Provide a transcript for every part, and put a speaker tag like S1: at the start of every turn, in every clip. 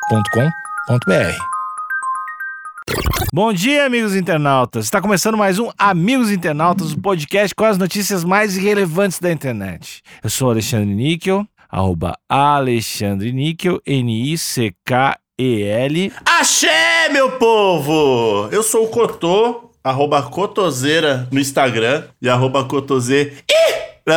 S1: agenciadepodcast.com.br.
S2: Bom dia, amigos internautas. Está começando mais um Amigos Internautas, o podcast com as notícias mais relevantes da internet. Eu sou Alexandre Níquel, arroba Alexandre Níquel, N-I-C-K-E-L.
S3: Axé, meu povo! Eu sou o Cotô, arroba Cotoseira no Instagram e arroba Cotoseira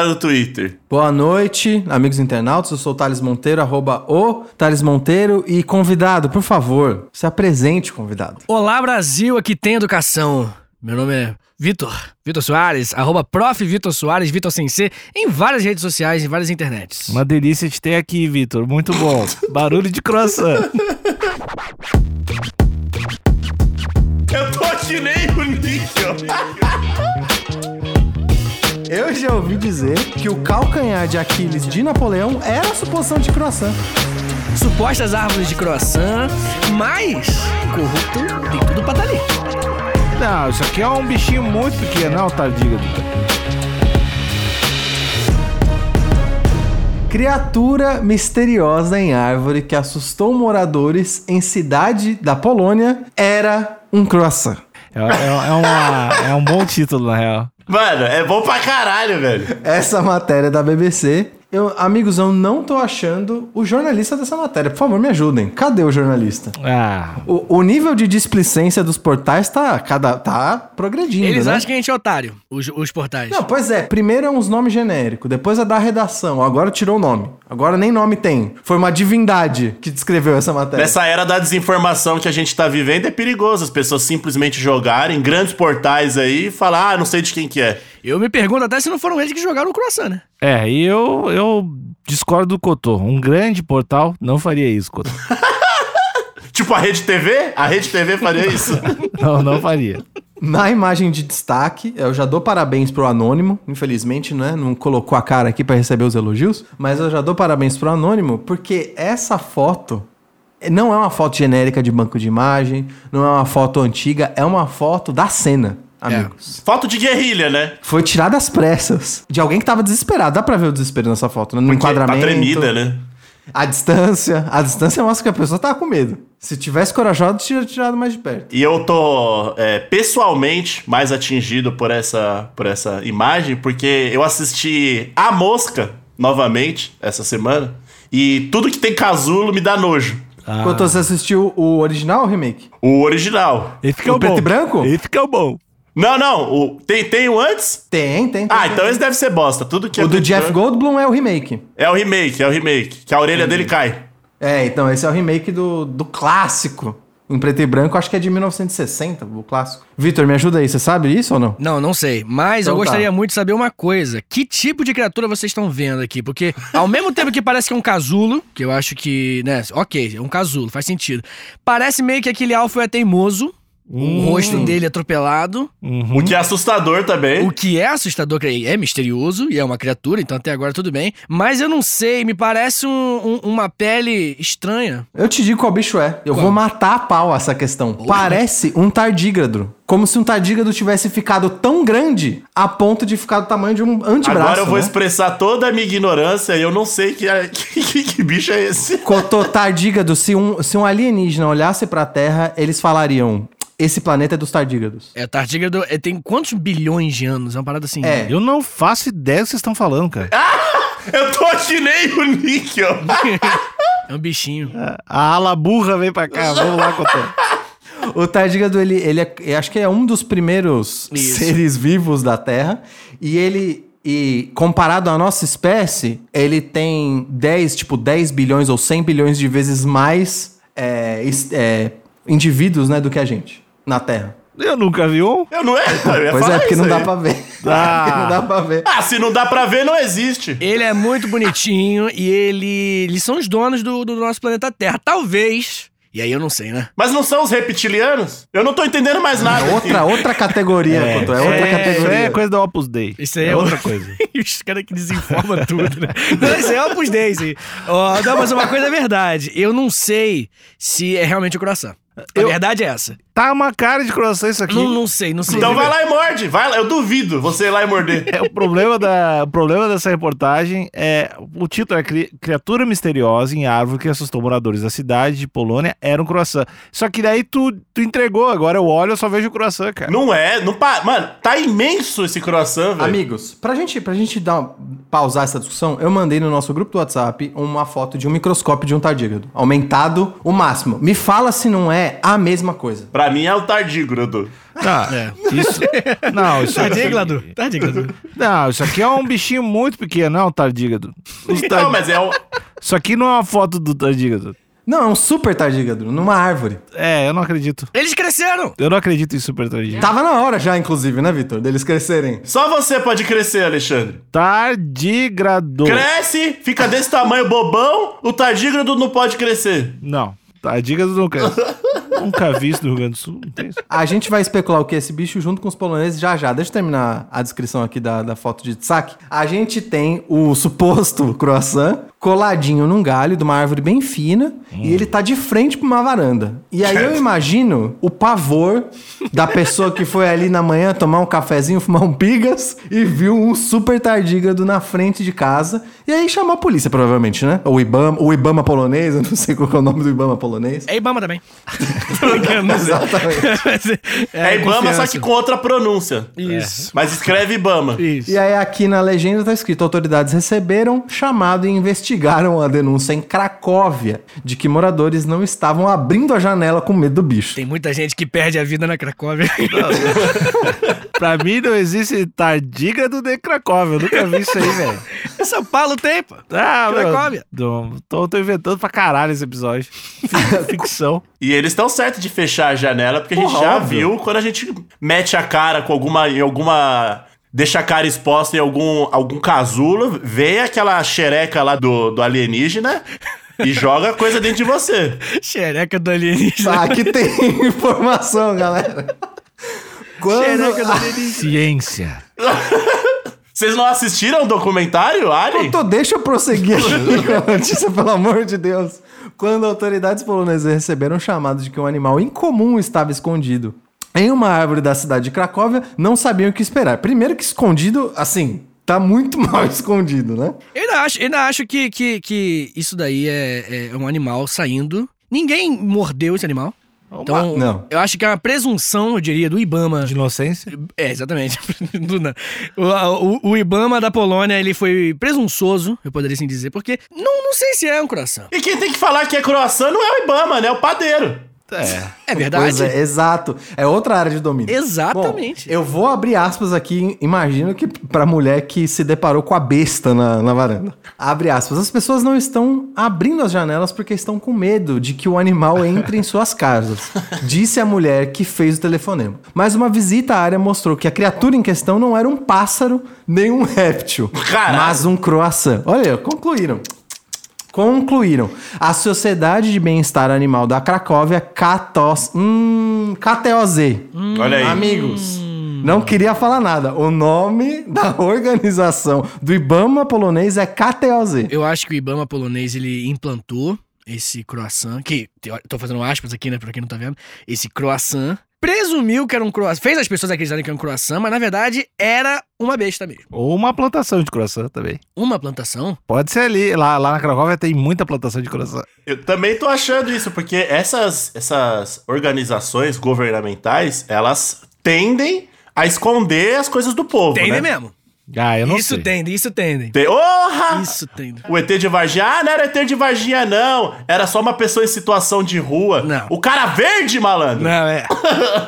S3: no Twitter.
S4: Boa noite, amigos internautas. Eu sou o Thales Monteiro, arroba o Thales Monteiro. E convidado, por favor, se apresente, convidado.
S5: Olá Brasil, aqui tem educação. Meu nome é Vitor, Vitor Soares, arroba prof Vitor Soares, Vitor sem C, em várias redes sociais, em várias internets.
S2: Uma delícia te ter aqui, Vitor. Muito bom. Barulho de croissant.
S3: Eu tô aqui nem o Níquel.
S4: Eu já ouvi dizer que o calcanhar de Aquiles de Napoleão era a suposição de croissant.
S5: Supostas árvores de croissant, mas corrupto tem tudo pra tá dali.
S2: Não, isso aqui é um bichinho muito pequeno, não, tá, tardígrado.
S4: Criatura misteriosa em árvore que assustou moradores em cidade da Polônia era um croissant.
S2: É, é- é uma- é um bom título, na real.
S3: Mano, é bom pra caralho, velho.
S4: Essa matéria é da BBC. Eu, amigos, eu não tô achando o jornalista dessa matéria. Por favor, me ajudem. Cadê o jornalista?
S2: Ah,
S4: O, o nível de displicência dos portais tá, cada, tá progredindo,
S5: Eles
S4: né?
S5: acham que a gente é otário, os, os portais.
S4: Não, pois é. Primeiro é uns nomes genéricos, depois é da redação. Agora tirou o nome. Agora nem nome tem. Foi uma divindade que descreveu essa matéria.
S3: Nessa era da desinformação que a gente tá vivendo, é perigoso as pessoas simplesmente jogarem grandes portais aí e falar, ah, não sei de quem que é.
S5: Eu me pergunto até se não foram eles que jogaram o croissant, né?
S2: é, e eu, eu discordo do Cotô. Um grande portal não faria isso, Cotô.
S3: Tipo a Rede TV? A Rede TV faria isso?
S2: Não, não faria.
S4: Na imagem de destaque, é, eu já dou parabéns pro Anônimo, infelizmente, né? Não colocou a cara aqui pra receber os elogios, mas eu já dou parabéns pro Anônimo, porque essa foto não é uma foto genérica de banco de imagem, não é uma foto antiga, é uma foto da cena,
S5: É.
S4: amigos.
S3: Foto de guerrilha, né?
S4: Foi tirada às pressas de alguém que tava desesperado. Dá pra ver o desespero nessa foto, né? No enquadramento.
S3: Tá tremida, né?
S4: A distância. A distância mostra que a pessoa tava com medo. Se tivesse corajosa, tinha tirado mais de perto.
S3: E eu tô é, pessoalmente mais atingido por essa, por essa imagem, porque eu assisti A Mosca novamente essa semana. E tudo que tem casulo me dá nojo.
S4: Enquanto você assistiu o original ou o remake?
S3: O original.
S2: Esse que é
S4: O
S2: o,
S4: preto
S2: bom.
S4: e branco?
S2: Esse que é o bom.
S3: Não, não. O, tem, tem o antes?
S4: Tem, tem. tem
S3: Ah,
S4: tem.
S3: então esse deve ser bosta. Tudo que é
S4: O do
S3: preto e
S4: Jeff
S3: branco-
S4: Goldblum é o remake.
S3: É o remake, é o remake. Que a orelha dele cai.
S4: É, então esse é o remake do, do clássico. Em preto e branco, acho que é de 1960, o clássico. Vitor, me ajuda aí, você sabe isso ou não?
S5: Não, não sei. Mas
S4: Então
S5: eu gostaria
S4: tá.
S5: muito de saber uma coisa. Que tipo de criatura vocês estão vendo aqui? Porque, ao mesmo tempo que parece que é um casulo, que eu acho que, né? Ok, é um casulo, faz sentido. Parece meio que aquele alfa é teimoso.
S4: Hum.
S5: O rosto dele é atropelado.
S4: Uhum.
S3: O que é assustador também.
S5: O que é assustador, creio, é misterioso e é uma criatura, então até agora tudo bem. Mas eu não sei, me parece um- um- uma pele estranha.
S4: Eu te digo qual bicho é. Eu
S5: Qual?
S4: vou matar a pau essa questão. Parece um tardígrado. Como se um tardígrado tivesse ficado tão grande a ponto de ficar do tamanho de um antebraço.
S3: Agora eu vou
S4: né?
S3: expressar toda a minha ignorância e eu não sei que, é- que, que bicho é esse.
S4: Cotô tardígrado, se um, se um alienígena olhasse pra Terra, eles falariam: esse planeta é dos tardígrados.
S5: É, tardígrado é, tem quantos bilhões de anos? É uma parada assim.
S4: É. Ah!
S2: Eu não faço ideia do que vocês estão falando, cara.
S3: Eu tô aqui nem o níquel.
S5: É um bichinho.
S2: A ala burra vem pra cá, vamos lá, Cotô.
S4: O tardígrado, ele, ele é, eu acho que é um dos primeiros
S5: Isso.
S4: seres vivos da Terra. E ele, e comparado à nossa espécie, ele tem 10, tipo, 10 bilhões ou 100 bilhões de vezes mais é, es- é, indivíduos, né, do que a gente na Terra.
S2: Eu nunca vi um.
S3: Eu não é? Eu ia
S4: pois
S3: falar
S4: é, porque
S3: isso
S4: não dá
S3: aí.
S4: pra ver.
S2: Ah.
S4: não dá pra ver.
S3: Ah, se não dá pra ver, não existe.
S5: Ele é muito bonitinho e ele. Eles são os donos do, do nosso planeta Terra. Talvez. E aí eu não sei, né?
S3: Mas não são os reptilianos? Eu não tô entendendo mais nada. aqui.
S4: É Outra, outra categoria, é, é outra categoria.
S2: É coisa da Opus Dei.
S5: Isso aí
S2: é
S5: é
S2: outra
S5: o-
S2: coisa.
S5: os caras que desinformam tudo, né? Não, isso aí é Opus Dei, isso aí. Ó, não, mas uma coisa é verdade. Eu não sei se é realmente o coração. A verdade é essa.
S2: Tá uma cara de croissant isso aqui.
S5: Não, não sei, não sei.
S3: Então vai lá e morde, vai lá. Eu duvido você ir lá e morder.
S2: É, o, problema da, o problema dessa reportagem é. O título é Cri- Criatura Misteriosa em Árvore que assustou moradores da cidade de Polônia era um croissant. Só que daí tu, tu entregou, agora eu olho eu só vejo o croissant, cara.
S3: Não é, não pa... Mano, tá imenso esse croissant, velho.
S4: Amigos, pra gente, pra gente dar, pausar essa discussão, eu mandei no nosso grupo do WhatsApp uma foto de um microscópio de um tardígrado. Aumentado o máximo. Me fala se não é a mesma coisa.
S3: Pra mim é o tardígrado. Edu.
S5: Tá.
S2: Não,
S5: É.
S2: isso, não, isso
S5: Tadinha,
S2: aqui,
S5: Gladu. Tadinha, Gladu.
S2: não, isso aqui é um bichinho muito pequeno, não é um tardígrado. Os
S3: Não,
S2: tar-
S3: mas é o.
S2: Isso aqui não é uma foto do tardígrado.
S4: Não, é um super tardígrado, numa árvore.
S2: É, eu não acredito.
S5: Eles cresceram!
S2: Eu não acredito em super tardígrado.
S4: Tava na hora já, inclusive, né, Vitor? Deles crescerem.
S3: Só você pode crescer, Alexandre.
S2: Tardígrado.
S3: Cresce, fica desse tamanho bobão, o tardígrado não pode crescer.
S2: Não, tardígrado não cresce. Nunca vi isso no Rio Grande do Sul, não tem isso.
S4: A gente vai especular o que é esse bicho junto com os poloneses já já. Deixa eu terminar a descrição aqui da, da foto de saque. A gente tem o suposto croissant coladinho num galho de uma árvore bem fina e ele tá de frente pra uma varanda. E aí eu imagino o pavor da pessoa que foi ali na manhã tomar um cafezinho, fumar um pigas e viu um super tardígrado na frente de casa. E aí chamou a polícia, provavelmente, né? Ou Ibama, o Ibama polonês, eu não sei qual que é o nome do Ibama polonês.
S5: É Ibama também. Tô brincando, não sei. Mas
S3: É, Ibama,
S5: confiança. É.
S3: só que com outra pronúncia.
S5: Isso.
S3: Mas escreve Ibama.
S5: Isso.
S4: E aí aqui na legenda tá escrito: autoridades receberam chamado e investigaram a denúncia em Cracóvia de que moradores não estavam abrindo a janela com medo do bicho.
S5: Tem muita gente que perde a vida na Cracóvia.
S2: Pra mim não existe tardígrado de Cracóvia. Eu nunca vi isso aí, velho.
S5: São Paulo tem, pô.
S2: Ah, meu,
S5: Cracóvia.
S2: Tô, tô- tô inventando pra caralho esse episódio. Fic- Ficção.
S3: E eles estão certos de fechar a janela, porque a gente
S4: Porra,
S3: já
S4: óbvio.
S3: viu quando a gente mete a cara com alguma. Em alguma deixa a cara exposta em algum, algum casulo, vê aquela xereca lá do, do alienígena e joga coisa dentro de você.
S5: Xereca do alienígena.
S4: Tá, aqui tem informação, galera.
S5: Xereca do
S4: Quando... Ah,
S5: alienígena.
S2: Ciência.
S3: Vocês não assistiram o documentário, Alien?
S4: Então, deixa eu prosseguir aqui com a notícia, pelo amor de Deus. Quando autoridades polonesas receberam um chamado de que um animal incomum estava escondido em uma árvore da cidade de Cracóvia, não sabiam o que esperar. Primeiro que escondido, assim, tá muito mal escondido, né?
S5: Eu ainda acho, eu ainda acho que, que, que isso daí é, é um animal saindo. Ninguém mordeu esse animal. Então,
S4: Não.
S5: eu acho que é uma presunção, eu diria, do Ibama.
S2: De inocência.
S5: É, exatamente. Do nada. o, o- o Ibama da Polônia, ele foi presunçoso, eu poderia assim dizer, porque não, não sei se é um coração.
S3: E quem tem que falar que é croissant não é o Ibama, né? É o padeiro.
S2: É.
S5: É
S4: Pois
S5: verdade.
S4: é, exato. É outra área de domínio.
S5: Exatamente.
S4: Bom, eu vou abrir aspas aqui, imagino que pra mulher que se deparou com a besta na, na varanda. Abre aspas. As pessoas não estão abrindo as janelas porque estão com medo de que o animal entre em suas casas, disse a mulher que fez o telefonema. Mas uma visita à área mostrou que a criatura em questão não era um pássaro nem um réptil,
S3: Caralho.
S4: mas um croissant. Olha, concluíram. Concluíram. A Sociedade de Bem-Estar Animal da Cracóvia, KTOS, hum, KTOZ.
S3: Olha aí.
S4: Amigos,
S5: Hum.
S4: não queria falar nada. O nome da organização do Ibama polonês é KTOZ.
S5: Eu acho que o Ibama polonês ele implantou esse croissant, que teo- tô fazendo aspas aqui, né, pra quem não tá vendo, esse croissant. Presumiu que era um croissant, fez as pessoas acreditarem que era um croissant, mas na verdade era uma besta mesmo.
S2: Ou uma plantação de croissant também.
S5: Uma plantação?
S2: Pode ser ali. Lá, lá na Cracóvia tem muita plantação de croissant.
S3: Eu também tô achando isso, porque essas, essas organizações governamentais, elas tendem a esconder as coisas do povo,
S5: Tendem
S3: né?
S5: mesmo.
S2: Ah, eu não
S5: isso
S2: sei.
S5: tendem, isso tendem.
S3: Tem- Orra!
S5: Isso tendem.
S3: O ET de Varginha, ah, não era ET de Varginha, não. Era só uma pessoa em situação de rua.
S5: Não.
S3: O cara verde, malandro.
S5: Não, é.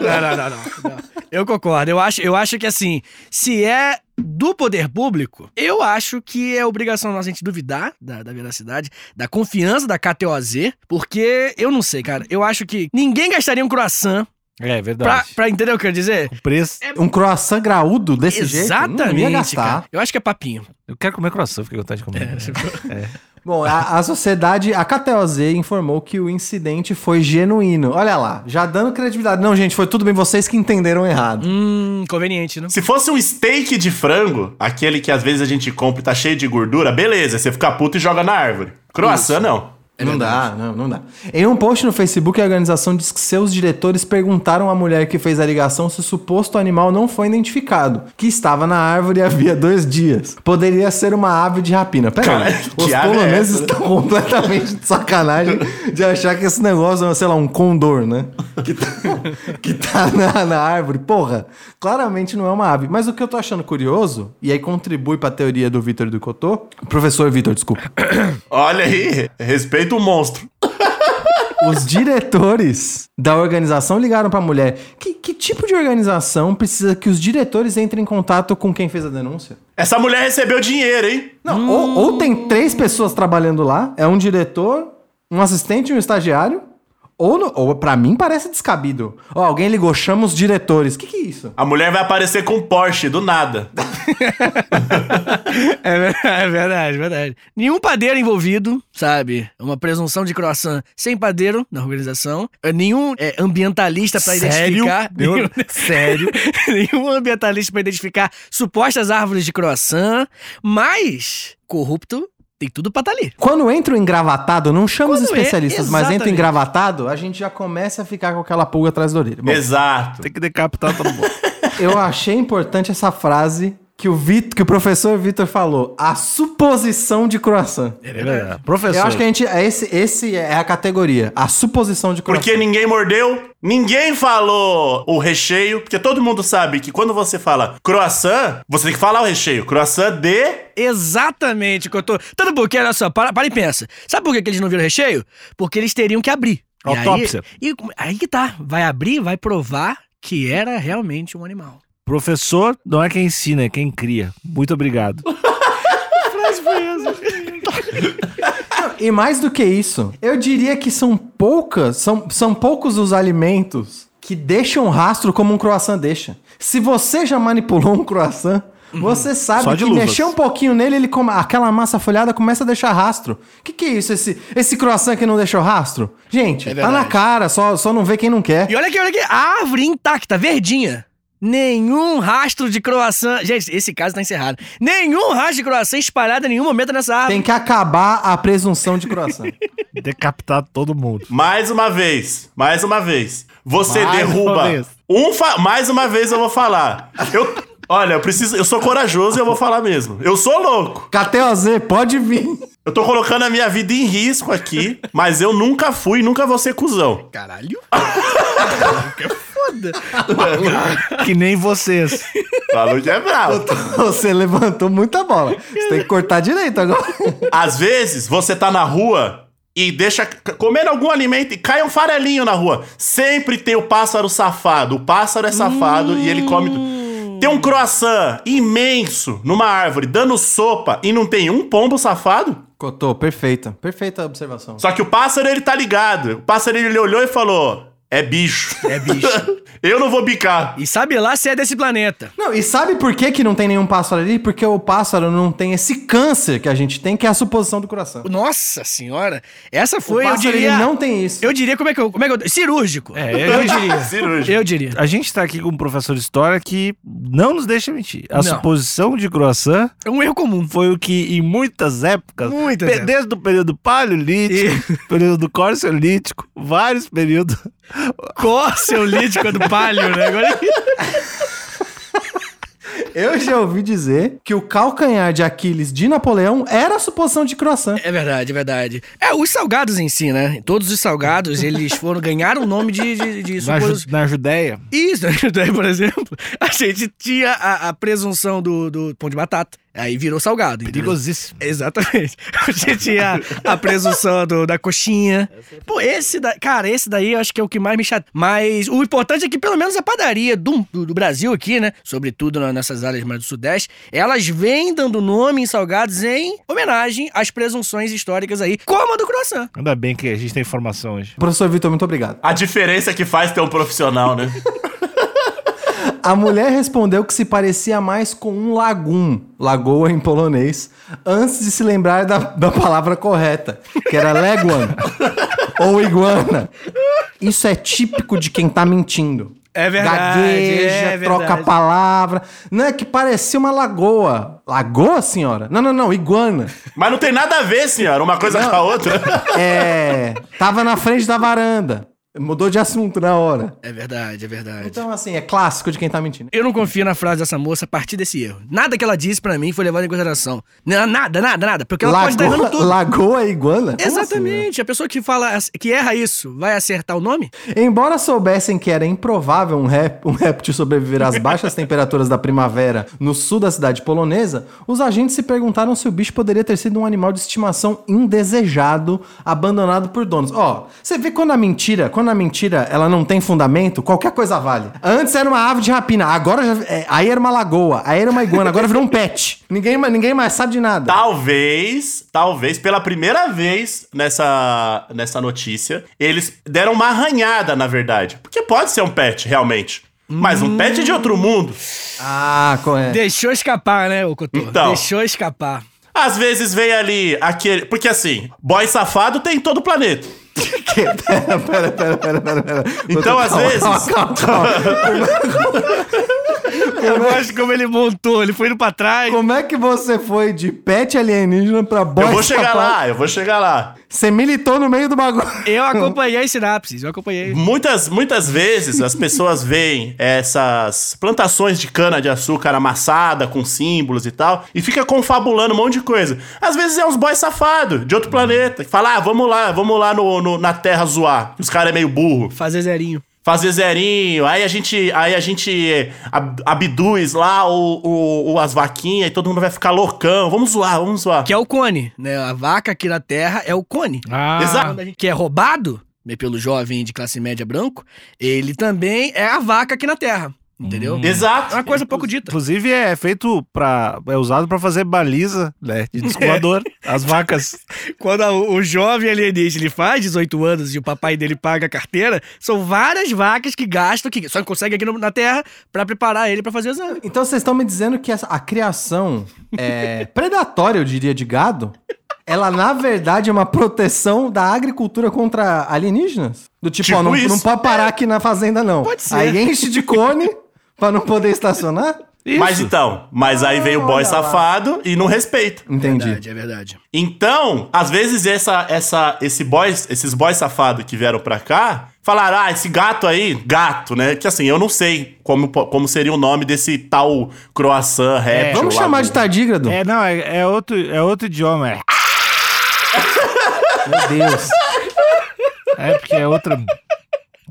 S5: Não, não, não, não, não. Eu concordo. Eu acho, eu acho que assim, se é do poder público, eu acho que é obrigação nossa a gente duvidar da, da veracidade, da confiança da KTOZ, porque eu não sei, cara. Eu acho que ninguém gastaria um croissant
S2: É
S5: pra,
S2: verdade.
S5: pra entender o que eu quero dizer.
S2: O preço.
S4: Um croissant graúdo desse jeito?
S5: É Exatamente.
S4: Não ia gastar.
S5: cara. Eu acho que é papinho.
S2: Eu quero comer croissant, fiquei com vontade de comer.
S5: É,
S4: Bom, a, a sociedade, a KTOZ informou que o incidente foi genuíno. Olha lá, já dando credibilidade. Não, gente, foi tudo bem, vocês que entenderam errado.
S5: Hum, conveniente, né?
S3: Se fosse um steak de frango, aquele que às vezes a gente compra e tá cheio de gordura, beleza, você fica puto e joga na árvore. Croissant, não.
S5: É
S4: não dá,
S5: verdade.
S4: não, não dá. Em um post no Facebook, a organização diz que seus diretores perguntaram à mulher que fez a ligação se o suposto animal não foi identificado, que estava na árvore havia dois dias. Poderia ser uma ave de rapina. Pera aí,
S3: Cara,
S4: os
S3: que ave é essa,
S4: poloneses
S3: né?
S4: estão completamente de sacanagem de achar que esse negócio é, sei lá, um condor, né? Que tá, que tá na, na árvore. Porra, claramente não é uma ave. Mas o que eu tô achando curioso, e aí contribui pra teoria do Vitor e do Cotô, professor Vitor, desculpa.
S3: Olha aí, respeita o monstro.
S4: Os diretores da organização ligaram pra mulher. Que, que tipo de organização precisa que os diretores entrem em contato com quem fez a denúncia?
S3: Essa mulher recebeu dinheiro, hein?
S4: Não,
S5: Hum.
S4: ou, ou tem três pessoas trabalhando lá, é um diretor, um assistente e um estagiário. Ou, no, ou para mim parece descabido. Ó, alguém ligou, chama os diretores. Que que é isso?
S3: A mulher vai aparecer com um Porsche, do nada.
S5: É ver- é verdade, é verdade. Nenhum padeiro envolvido, sabe? Uma presunção de croissant sem padeiro na organização. É, Nenhum é, ambientalista pra identificar. Nenhum,
S2: Sério?
S5: nenhum ambientalista pra identificar supostas árvores de croissant. Mas corrupto tem tudo pra estar ali.
S4: Quando entra o engravatado, não chama os
S5: Quando é-
S4: especialistas, mas entra o
S5: exatamente.
S4: engravatado, a gente já começa a ficar com aquela pulga atrás da orelha. Bom,
S3: Exato.
S2: Tem que decapitar todo mundo.
S4: Eu achei importante essa frase que o, Vit, que o professor Vitor falou. A suposição de croissant.
S2: É, professor.
S4: Eu acho que a gente. é Esse, esse é a categoria. A suposição de croissant.
S3: Porque ninguém mordeu, ninguém falou o recheio, porque todo mundo sabe que quando você fala croissant, você tem que falar o recheio. Croissant de.
S5: Exatamente o que eu tô. Tanto porque, olha só, para, para e pensa. Sabe por que que eles não viram recheio? Porque eles teriam que abrir. E aí-
S2: Autópsia.
S5: E aí, que tá. Vai abrir, vai provar que era realmente um animal.
S2: Professor não é quem ensina, é quem cria. Muito obrigado.
S4: E mais do que isso, eu diria que são poucas, são, são poucos os alimentos que deixam rastro como um croissant deixa. Se você já manipulou um croissant, você
S2: Uhum. Só
S4: sabe
S2: de
S4: que
S2: luvas.
S4: mexer um pouquinho nele, ele come, aquela massa folhada começa a deixar rastro. Que que é isso, esse, esse croissant que não deixou rastro? Gente,
S2: É
S4: tá na cara, só, só não vê quem não quer.
S5: E olha aqui, olha aqui. A árvore intacta, verdinha. Nenhum rastro de croissant. Gente, esse caso tá encerrado. Nenhum rastro de croissant espalhado em nenhum momento nessa árvore.
S4: Tem que acabar a presunção de croissant.
S2: Decapitar todo mundo.
S3: Mais uma vez, mais uma vez. Você
S2: Mais
S3: derruba.
S2: uma vez.
S3: Um fa- Mais uma vez eu vou falar. Eu... Olha, eu preciso. Eu sou corajoso e eu vou falar mesmo. Eu sou louco.
S4: KTOZ, pode vir.
S3: Eu tô colocando a minha vida em risco aqui, mas eu nunca fui, nunca vou ser cuzão.
S5: Caralho.
S2: é Que nem vocês.
S3: Falou que é bravo.
S4: Você levantou muita bola. Você tem que cortar direito agora.
S3: Às vezes você tá na rua e deixa c- comer algum alimento e cai um farelinho na rua. Sempre tem o pássaro safado. O pássaro é safado e ele come.
S5: Hum.
S3: tu- Tem um croissant imenso numa árvore dando sopa e não tem um pombo safado?
S4: Cotô, perfeita. Perfeita observação.
S3: Só que o pássaro ele tá ligado. O pássaro ele olhou e falou: "É bicho".
S5: É bicho.
S3: Eu não vou bicar.
S5: E sabe lá se é desse planeta.
S4: Não, e sabe por que, que não tem nenhum pássaro ali? Porque o pássaro não tem esse câncer que a gente tem, que é a suposição do coração.
S5: Nossa senhora. Essa
S4: O
S5: foi, eu
S4: pássaro,
S5: diria.
S4: ele não tem isso.
S5: Eu diria, como é que eu. Como é que eu cirúrgico.
S2: É, eu diria.
S3: Cirúrgico.
S5: Eu diria.
S2: A gente tá aqui com um professor de história que não nos deixa mentir. A
S5: Não.
S2: suposição de croissant
S5: É um erro comum.
S2: foi o que, em muitas épocas,
S5: Muitas
S2: pe-
S5: épocas.
S2: desde o período paleolítico, período corciolítico, vários períodos.
S5: Corciolítico é do palio, né? Agora
S4: Eu já ouvi dizer que o calcanhar de Aquiles de Napoleão era a suposição de croissant.
S5: É verdade, é verdade. É, os salgados em si, né? Todos os salgados, eles foram ganhar o nome de, de, de
S2: Na,
S5: supos-
S2: Ju- na Judéia.
S5: Isso, daí, por exemplo, a gente tinha a, a presunção do, do pão de batata. Aí virou salgado. entendeu?
S2: Perigosíssimo.
S5: Exatamente. A gente tinha a presunção do- da coxinha. Pô, esse da, cara, esse daí eu acho que é o que mais me chateia. Mas o importante é que pelo menos a padaria do, do, do Brasil aqui, né? Sobretudo na- nessas áreas mais do Sudeste, elas vêm dando nome em salgados em homenagem às presunções históricas aí, como a do croissant.
S2: Ainda bem que a gente tem informação hoje.
S4: Professor Vitor, muito obrigado.
S3: A diferença que faz ter um profissional, né?
S4: A mulher respondeu que se parecia mais com um lagum, lagoa em polonês, antes de se lembrar da, da palavra correta, que era leguan ou iguana. Isso é típico de quem tá mentindo.
S5: É verdade.
S4: Gagueja,
S5: é
S4: troca a
S5: verdade.
S4: palavra. Não é que parecia uma lagoa. Lagoa, senhora? Não, não, não, iguana.
S3: Mas não tem nada a ver, senhora, uma coisa com a outra.
S4: É, tava na frente da varanda. Mudou de assunto na hora.
S5: É verdade, é verdade.
S4: Então, assim, é clássico de quem tá mentindo.
S5: Eu não confio na frase dessa moça a partir desse erro. Nada que ela disse pra mim foi levado em consideração. Na- Nada, nada, nada. Porque ela pode estar errando
S4: Lagoa,
S5: tudo.
S4: lagoa e iguana? Como assim?
S5: Exatamente. a pessoa que fala, que erra isso, vai acertar o nome?
S4: assim? Embora soubessem que era improvável um, rép um réptil sobreviver às baixas temperaturas da primavera no sul da cidade polonesa, os agentes se perguntaram se o bicho poderia ter sido um animal de estimação indesejado, abandonado por donos. Ó, você vê quando a mentira, quando a mentira ela não tem fundamento, qualquer coisa vale. Antes era uma ave de rapina, agora já, é, aí era uma lagoa, aí era uma iguana, agora virou um pet. Ninguém, ma- ninguém mais sabe de nada.
S3: Tá. Talvez, talvez, pela primeira vez nessa, nessa notícia, eles deram uma arranhada, na verdade. Porque pode ser um pet, realmente. Mas um pet de outro mundo.
S4: Ah, co- é.
S5: Deixou escapar, né, ô Cotô?
S3: Então.
S5: Deixou escapar.
S3: Às vezes vem ali aquele. Porque assim, boy safado tem em todo o planeta.
S4: Pera, pera, pera, pera, pera, pera.
S3: Então, às
S4: Calma,
S3: vezes-
S4: Calma, calma, calma.
S5: Eu gosto como ele montou, ele foi indo pra trás.
S4: Como é que você foi de pet alienígena pra boy
S3: eu vou chegar
S4: escapado?
S3: lá, eu vou chegar lá.
S4: Você militou no meio do bagulho.
S5: Eu acompanhei sinapses, eu acompanhei.
S3: Muitas, muitas vezes as pessoas veem essas plantações de cana-de-açúcar amassada com símbolos e tal, e fica confabulando um monte de coisa. Às vezes é uns boys safados de outro planeta, que fala, ah, vamos lá, vamos lá no, no- na Terra zoar, que os caras é meio burro.
S5: Fazer zerinho.
S3: Fazer zerinho, aí a gente, aí a gente é, ab- abduz lá o, o- o- as vaquinhas e todo mundo vai ficar loucão. Vamos zoar, vamos zoar.
S5: Que é o cone, né? A vaca aqui na terra é o cone.
S2: Ah,
S3: Exato.
S5: Que é roubado né, pelo jovem de classe média branco, ele também é a vaca aqui na terra.
S3: Hum.
S5: Entendeu? É
S3: Exato.
S5: uma coisa pouco dita.
S2: Inclusive é feito pra. É usado pra fazer baliza, né? De descoador. As vacas.
S5: Quando a- o jovem alienígena ele faz 18 anos e o papai dele paga a carteira, são várias vacas que gastam, que só consegue aqui no- na Terra, pra preparar ele pra fazer o exame.
S4: Então vocês estão me dizendo que essa- a criação é, predatória, eu diria, de gado, ela na verdade é uma proteção da agricultura contra alienígenas? Do tipo,
S3: Tipo
S4: ó, não,
S3: isso.
S4: não pode parar aqui na fazenda, não.
S5: Pode ser.
S4: Aí enche de cone pra não poder estacionar?
S2: Isso.
S3: Mas então, mas aí vem o boy
S4: Olha lá.
S3: safado e não respeita.
S4: Entendi.
S5: Verdade, é verdade.
S3: Então, às vezes essa, essa, esse boys, esses boys safados que vieram pra cá falaram: ah, esse gato aí, gato, né? Que assim, eu não sei como, po- como seria o nome desse tal croissant rap.
S4: Vamos chamar de tardígrado?
S2: É, não, é, é outro, é outro idioma. É.
S4: Meu Deus.
S2: É porque é outra,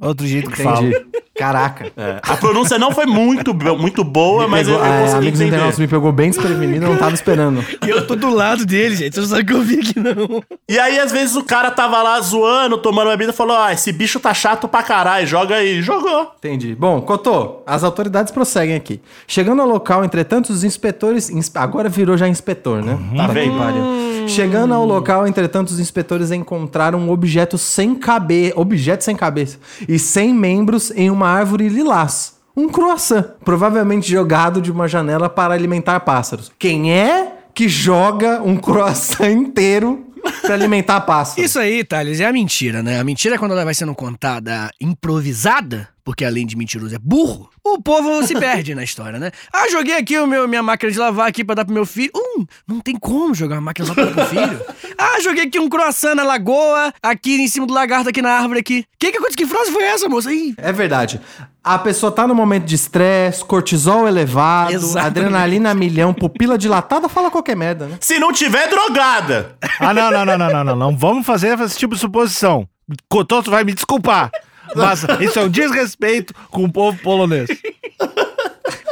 S2: outro jeito que fala.
S4: Entendi. Caraca.
S3: É. A pronúncia não foi muito, bo- muito boa, mas eu,
S4: Pegou-
S3: eu
S4: ah,
S3: consegui
S4: amigos
S3: entender.
S4: internautas me pegou bem desprevenido, eu não tava esperando.
S5: E eu tô do lado dele, gente. Você não sabe o que eu vi aqui, não.
S3: E aí, às vezes, o cara tava lá zoando, tomando bebida e falou: ah, esse bicho tá chato pra caralho, joga aí. Jogou.
S4: Entendi. Bom, Cotô, as autoridades prosseguem aqui. Chegando ao local, entretanto, os inspetores. inspe- Agora virou já inspetor, né?
S3: Tá
S4: que
S3: vendo?
S4: pariu. Chegando ao local, entretanto, os inspetores encontraram um objeto sem cabeça. Objeto sem cabeça. E sem membros em uma árvore lilás. Um croissant. Provavelmente jogado de uma janela para alimentar pássaros. Quem é que joga um croissant inteiro para alimentar pássaros?
S5: Isso aí, Thales, é a mentira, né? A mentira é quando ela vai sendo contada improvisada, porque além de mentiroso é burro, o povo se perde na história, né? Ah, joguei aqui o meu, minha máquina de lavar aqui pra dar pro meu filho. Hum, não tem como jogar uma máquina de lavar pro filho. Ah, joguei aqui um croissant na lagoa, aqui em cima do lagarto, aqui na árvore aqui. Que que aconteceu? Que frase foi essa, moça? Ih,
S4: É verdade. A pessoa tá num momento de estresse, cortisol elevado,
S5: Exatamente.
S4: adrenalina a milhão, pupila dilatada, fala qualquer merda, né?
S3: Se não tiver drogada.
S2: Ah, não, não, não, não, não, não. Não vamos fazer esse tipo de suposição. Cotô, tu vai me desculpar. Mas isso é um desrespeito com o povo polonês.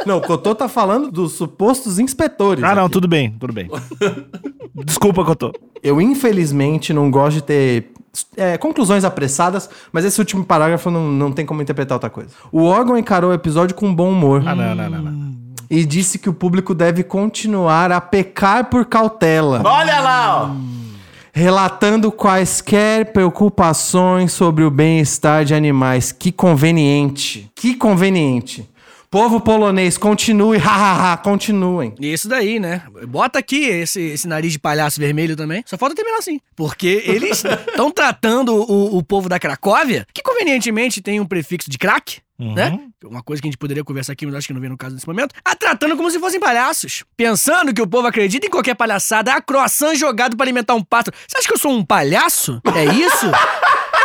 S4: Não, o Cotô tá falando dos supostos inspetores.
S2: Ah, não,
S4: aqui.
S2: tudo bem, tudo bem. Desculpa, Cotô.
S4: Eu, infelizmente, não gosto de ter é, conclusões apressadas, mas esse último parágrafo não, não tem como interpretar outra coisa. O órgão encarou o episódio com bom humor.
S2: Ah, não, não, não, não.
S4: E disse que o público deve continuar a pecar por cautela.
S3: Olha lá, ó.
S4: relatando quaisquer preocupações sobre o bem-estar de animais. Que conveniente. Que conveniente. Povo polonês, continue, hahaha, continuem.
S5: E isso daí, né? Bota aqui esse, esse nariz de palhaço vermelho também. Só falta terminar assim. Porque eles estão tratando o, o povo da Cracóvia, que convenientemente tem um prefixo de crack, né?
S4: Uhum.
S5: Uma coisa que a gente poderia conversar aqui, mas acho que não vem no caso nesse momento. A tratando como se fossem palhaços. Pensando que o povo acredita em qualquer palhaçada. Ah, croissant jogado pra alimentar um pássaro. Você acha que eu sou um palhaço? É isso?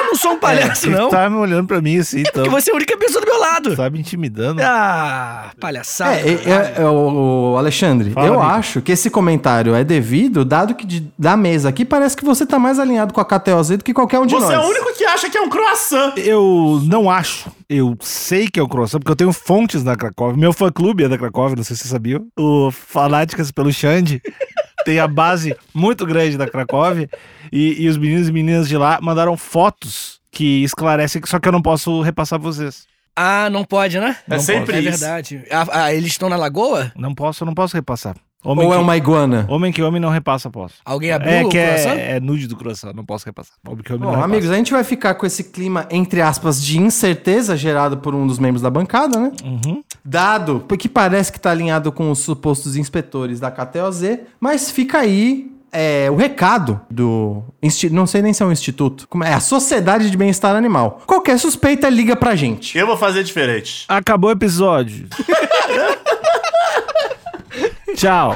S5: eu não sou um palhaço,
S4: É,
S2: Você
S5: não.
S2: tá me olhando pra mim assim, então.
S5: Porque você é a única pessoa do meu lado.
S2: Tá me intimidando.
S5: Ah, palhaçada.
S4: É, é, é, é, o, o Alexandre,
S2: Fala,
S4: eu
S2: amigo.
S4: acho que esse comentário é devido, dado que de- da mesa aqui parece que você tá mais alinhado com a KTOZ do que qualquer um de nós.
S3: Você é o único que acha que é um croissant.
S2: Eu não acho. Eu sei que é o croissant, porque eu tenho fontes da Cracóvia. Meu fã-clube é da Cracóvia, não sei se você sabia. O Fanáticas pelo Xande tem a base muito grande da Cracóvia. E, e os meninos e meninas de lá mandaram fotos que esclarecem, só que eu não posso repassar pra vocês.
S5: Ah, não pode, né?
S3: É
S2: Não
S3: sempre
S5: É
S3: isso.
S5: verdade. Ah, ah, eles estão na lagoa?
S2: Não posso, eu não posso repassar. Homem,
S4: Ou é
S2: que,
S4: uma iguana?
S2: homem que homem não repassa, posso.
S5: Alguém abriu
S2: É
S5: o
S2: que
S5: coração?
S2: é, é nude do croissant, não posso repassar. Homem que homem
S4: Bom,
S2: não repassa.
S4: amigos, a gente vai ficar com esse clima, entre aspas, de incerteza gerado por um dos membros da bancada, né?
S2: Uhum.
S4: Dado, porque parece que tá alinhado com os supostos inspetores da KTOZ, mas fica aí é, o recado do. insti- Não sei nem se é um instituto. como É é a Sociedade de Bem-Estar Animal. Qualquer suspeita, liga pra gente.
S3: Eu vou fazer diferente.
S2: Acabou o episódio. Tchau.